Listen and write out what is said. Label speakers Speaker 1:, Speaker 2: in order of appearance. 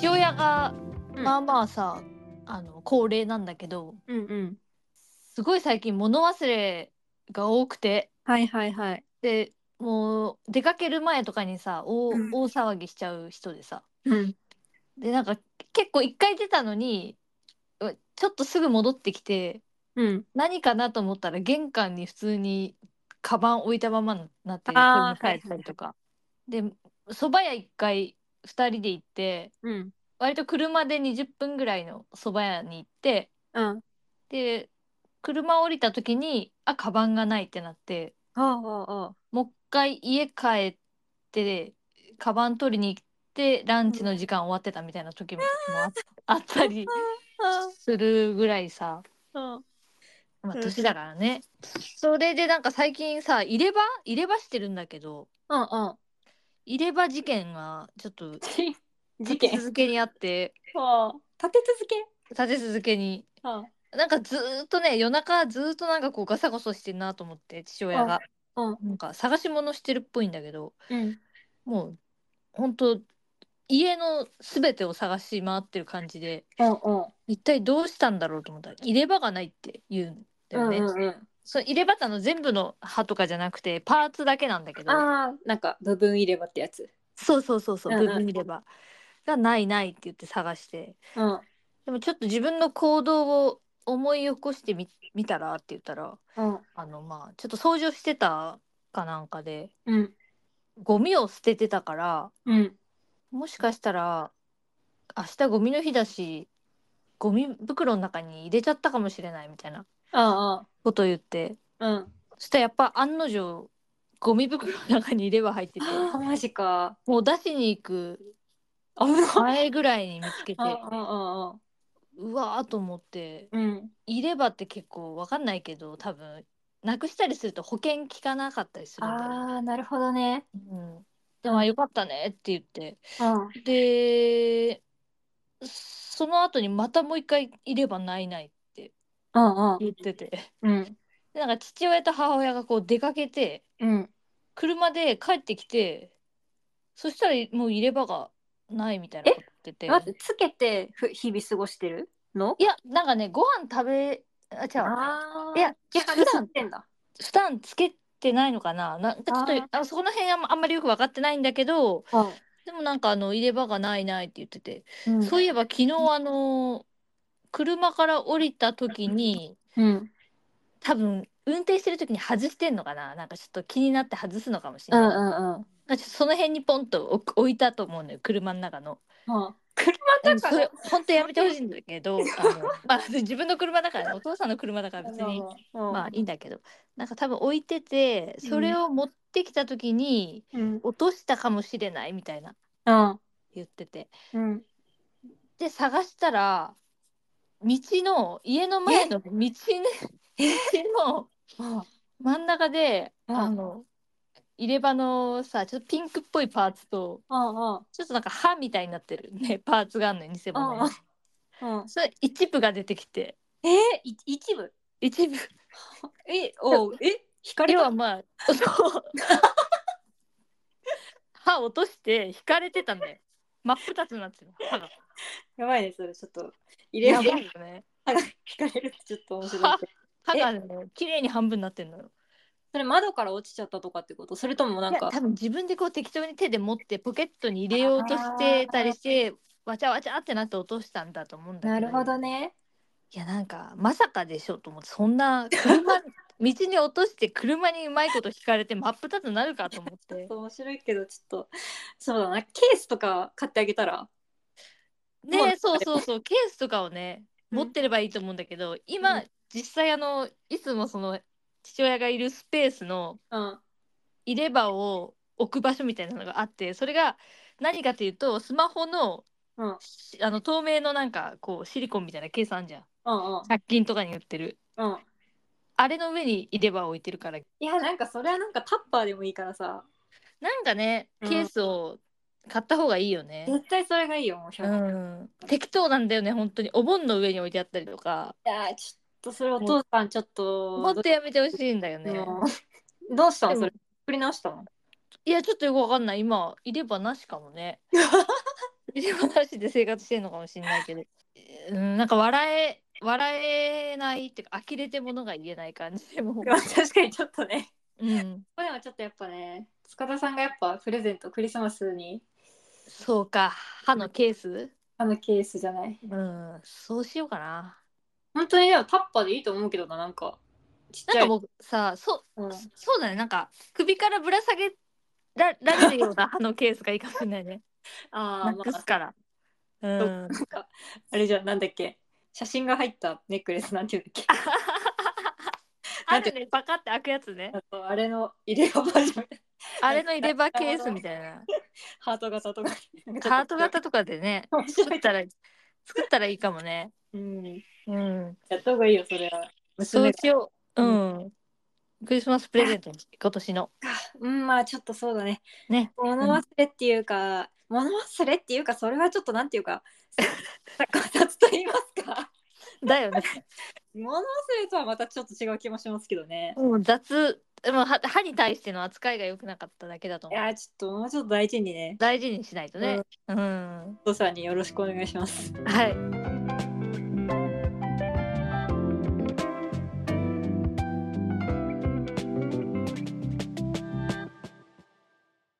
Speaker 1: 茶が
Speaker 2: うん
Speaker 1: まあまあさ、あの高齢なんだけど
Speaker 2: うんうん。
Speaker 1: すごい最近物忘れが多くて
Speaker 2: はいはいはい。
Speaker 1: でもう出かける前とかにさ大,、
Speaker 2: うん
Speaker 1: 大騒ぎしちゃう人でさ
Speaker 2: うん。
Speaker 1: でなんか結構一回出たのにうちょっとすぐ戻ってきて
Speaker 2: うん。
Speaker 1: 何かなと思ったら玄関に普通にカバン置いたままになって
Speaker 2: あー
Speaker 1: 家に帰ったりとか。で蕎麦屋一回2人で行って
Speaker 2: うん。
Speaker 1: 割と車で20分ぐらいの蕎麦屋に行って
Speaker 2: うん。
Speaker 1: で車降りた時にあカバンがないってなって
Speaker 2: ああああ。
Speaker 1: もう一回家帰ってカバン取りに行ってランチの時間終わってたみたいな時ももうああったりするぐらいさ、
Speaker 2: あ
Speaker 1: まあ、
Speaker 2: うん
Speaker 1: 年だからね。それでなんか最近さ入れ歯入れ歯してるんだけど
Speaker 2: あ。
Speaker 1: 入れ歯事件がちょっと
Speaker 2: じ事
Speaker 1: 立て
Speaker 2: 件。
Speaker 1: 続けにあって
Speaker 2: ああ。立て続け。
Speaker 1: 立て続けに。
Speaker 2: あ
Speaker 1: なんかずーっとね夜中ずーっとなんかこうガサゴソしてんなと思って父親が
Speaker 2: あ。うん。
Speaker 1: なんか探し物してるっぽいんだけど
Speaker 2: うん。
Speaker 1: もうほんと家の全てを探し回ってる感じで
Speaker 2: うんうん。
Speaker 1: 一体どうしたんだろうと思ったら入れ歯がないって言うんだよね。
Speaker 2: うん。
Speaker 1: その入れ歯ってあの全部の歯とかじゃなくてパーツだけなんだけど
Speaker 2: ああ、なんか部分入れ歯ってやつ。
Speaker 1: そうそうそうそう
Speaker 2: うんう
Speaker 1: 部
Speaker 2: ん
Speaker 1: 分入れ歯がないないって言って探して
Speaker 2: うん。うん
Speaker 1: でもちょっと自分の行動を思い起こしてみ見たらって言ったら。あのまあちょっと掃除をしてたかなんかで
Speaker 2: うん。
Speaker 1: ゴミを捨ててたから
Speaker 2: うん。
Speaker 1: もしかしたら明日ゴミの日だしゴミ袋の中に入れちゃったかもしれないみたいな
Speaker 2: あ
Speaker 1: ことを言って
Speaker 2: あ。うん。
Speaker 1: そしたらやっぱ案の定ゴミ袋の中に入れ歯入って て
Speaker 2: ああ、マジか。
Speaker 1: もう出しに行く
Speaker 2: 危ない。
Speaker 1: 前ぐらいに見つけ て
Speaker 2: ああ、ああ。
Speaker 1: うわーと思って
Speaker 2: うん。
Speaker 1: 入れ歯って結構わかんないけど多分なくしたりすると保険効かなかったりするんだよね。
Speaker 2: ああ、なるほどね。
Speaker 1: うん、でもあよかったねって言って
Speaker 2: うん。
Speaker 1: でその後にまたもう一回いればないないって
Speaker 2: うん
Speaker 1: 言ってて
Speaker 2: うん。
Speaker 1: でなんか父親と母親がこう出かけて
Speaker 2: うん。
Speaker 1: 車で帰ってきてそしたらもう入れ歯がないみたいなこと言ってて
Speaker 2: 待って、つけてふ日々過ごしてるの
Speaker 1: いやなんかねご飯食べあ違う
Speaker 2: あ
Speaker 1: いや
Speaker 2: 逆に吸ってんだ。
Speaker 1: 負担つけてないのかななんかちょっとあそこの辺あんまあんまりよく分かってないんだけどでもなんかあの入れ歯がないないって言ってて
Speaker 2: うん
Speaker 1: そういえば昨日あの車から降りた時に
Speaker 2: うん。
Speaker 1: 多分運転してる時に外してんのかななんかちょっと気になって外すのかもし
Speaker 2: う
Speaker 1: れ
Speaker 2: んう
Speaker 1: ない、
Speaker 2: んうん。
Speaker 1: なんかちょっとその辺にポンと置く置いたと思うのよ車の中の。
Speaker 2: うん
Speaker 1: で
Speaker 2: 車
Speaker 1: も
Speaker 2: とか
Speaker 1: それ本当やめてほしいんだけどあの、まあ、自分の車だから ねお父さんの車だから別にまあいいんだけどなんか多分置いててそれを持ってきた時に
Speaker 2: うん
Speaker 1: 落としたかもしれないみたいな
Speaker 2: うん
Speaker 1: 言ってて
Speaker 2: うん
Speaker 1: で探したら道の家の前の道ね道の真ん中で、
Speaker 2: うん
Speaker 1: あの入れ歯のさちょっとピンクっぽいパーツと
Speaker 2: うん
Speaker 1: ちょっとなんか歯みたいになってる ねパーツがあるのよ偽物に
Speaker 2: うんうん
Speaker 1: それ一部が出てきて
Speaker 2: えーい一部
Speaker 1: 一部
Speaker 2: えおうえ光
Speaker 1: 要
Speaker 2: は
Speaker 1: はまあ そう歯落として引かれてたんだよ真っ二つになってる歯が
Speaker 2: やばいねそれちょっと入れ
Speaker 1: や
Speaker 2: 歯
Speaker 1: ばいよね
Speaker 2: が光るってちょっと面白いけど
Speaker 1: 歯がね綺麗に半分になってるのよ
Speaker 2: それ窓から落ちちゃったとかってことそれともなん
Speaker 1: いや
Speaker 2: か
Speaker 1: 多分自分でこう適当に手で持ってポケットに入れようとしてたりしてわちゃわちゃってなって落としたんだと思うんだけど
Speaker 2: ね
Speaker 1: いやなんかまさかでしょと思ってそんな 車道に落として車にうまいこと引かれて真っ二つになるかと思っ
Speaker 2: ちょってと面白いけどちょっとそうだなケースとか買ってあげたらも
Speaker 1: ね
Speaker 2: う
Speaker 1: そうそうそうケースとかをね
Speaker 2: うん
Speaker 1: 持ってればいいと思うんだけど
Speaker 2: う
Speaker 1: 今
Speaker 2: ん
Speaker 1: 実際あのいつもその父親がいるスペースの
Speaker 2: うん
Speaker 1: 入れ歯を置く場所みたいなのがあってそれが何かというとスマホの
Speaker 2: うん
Speaker 1: しあの透明のなんかこうシリコンみたいなケースあんじゃん
Speaker 2: うんうん
Speaker 1: 100均とかに売ってる
Speaker 2: うん
Speaker 1: あれの上に入れ歯を置いてるから
Speaker 2: いやなんかそれはなんかタッパーでもいいからさ
Speaker 1: なんかね
Speaker 2: うん
Speaker 1: ケースを買った方がいいよね、
Speaker 2: 絶対それがいいよもう
Speaker 1: う
Speaker 2: 100
Speaker 1: ん、適当なんだよね本当にお盆の上に置いてあったりとか
Speaker 2: いやーちょっとそれお父さんちょっと
Speaker 1: もっとやめてほしいんだよね、
Speaker 2: うんどうしたのそれ 作り直したの
Speaker 1: いやちょっとよくわかんない今入れ歯なしかもね尻もなしで生活してるのかもしれないけど、うん、なんか笑え笑えないっていうか呆れてものが言えない感じで もう、
Speaker 2: まあ確かにちょっとね。
Speaker 1: うん、
Speaker 2: まあでもちょっとやっぱね、塚田さんがやっぱプレゼント、クリスマスに、
Speaker 1: そうか歯のケース、
Speaker 2: あのケースじゃない。
Speaker 1: うん、そうしようかな。
Speaker 2: 本当にでもタッパーでいいと思うけどな、なんか。ちっち
Speaker 1: なん
Speaker 2: ゃ
Speaker 1: か
Speaker 2: い。
Speaker 1: 僕さそう
Speaker 2: うん
Speaker 1: そうだねなんか首からぶら下げらられるような歯のケースがいいかもしれない ね。
Speaker 2: あ
Speaker 1: な
Speaker 2: あ、ま
Speaker 1: く
Speaker 2: あ
Speaker 1: す、から。うん、
Speaker 2: なんか、あれじゃん、なんだっけ。写真が入ったネックレスなんていうんだっけ。
Speaker 1: あるねパカって開くやつね
Speaker 2: あとあれの入れ歯バ ージョンみたいな
Speaker 1: あれの入れ歯ケースみたい な
Speaker 2: ハート型とか。
Speaker 1: ハート型とかでね
Speaker 2: 面白
Speaker 1: 作っ
Speaker 2: い。
Speaker 1: たら作ったらいいかもね
Speaker 2: うん。
Speaker 1: うん
Speaker 2: やった方がいいよ、それは。
Speaker 1: そう
Speaker 2: 娘が
Speaker 1: しよううんクリスマスプレゼントに今年の
Speaker 2: うん、まあちょっとそうだね。
Speaker 1: ね
Speaker 2: 物忘れっていうか、物忘れっていうか、それはちょっとなんていうか、 逆立つと言いますか。
Speaker 1: だ よね
Speaker 2: 物忘れとはまたちょっと違う気もしますけどね。
Speaker 1: もう雑でも歯歯に対しての扱いが良くなかっただけだと
Speaker 2: い
Speaker 1: 思う
Speaker 2: やー、ちょっともうちょっと大事にね、
Speaker 1: 大事にしないとねうん
Speaker 2: お父さんによろしくお願いします。
Speaker 1: はい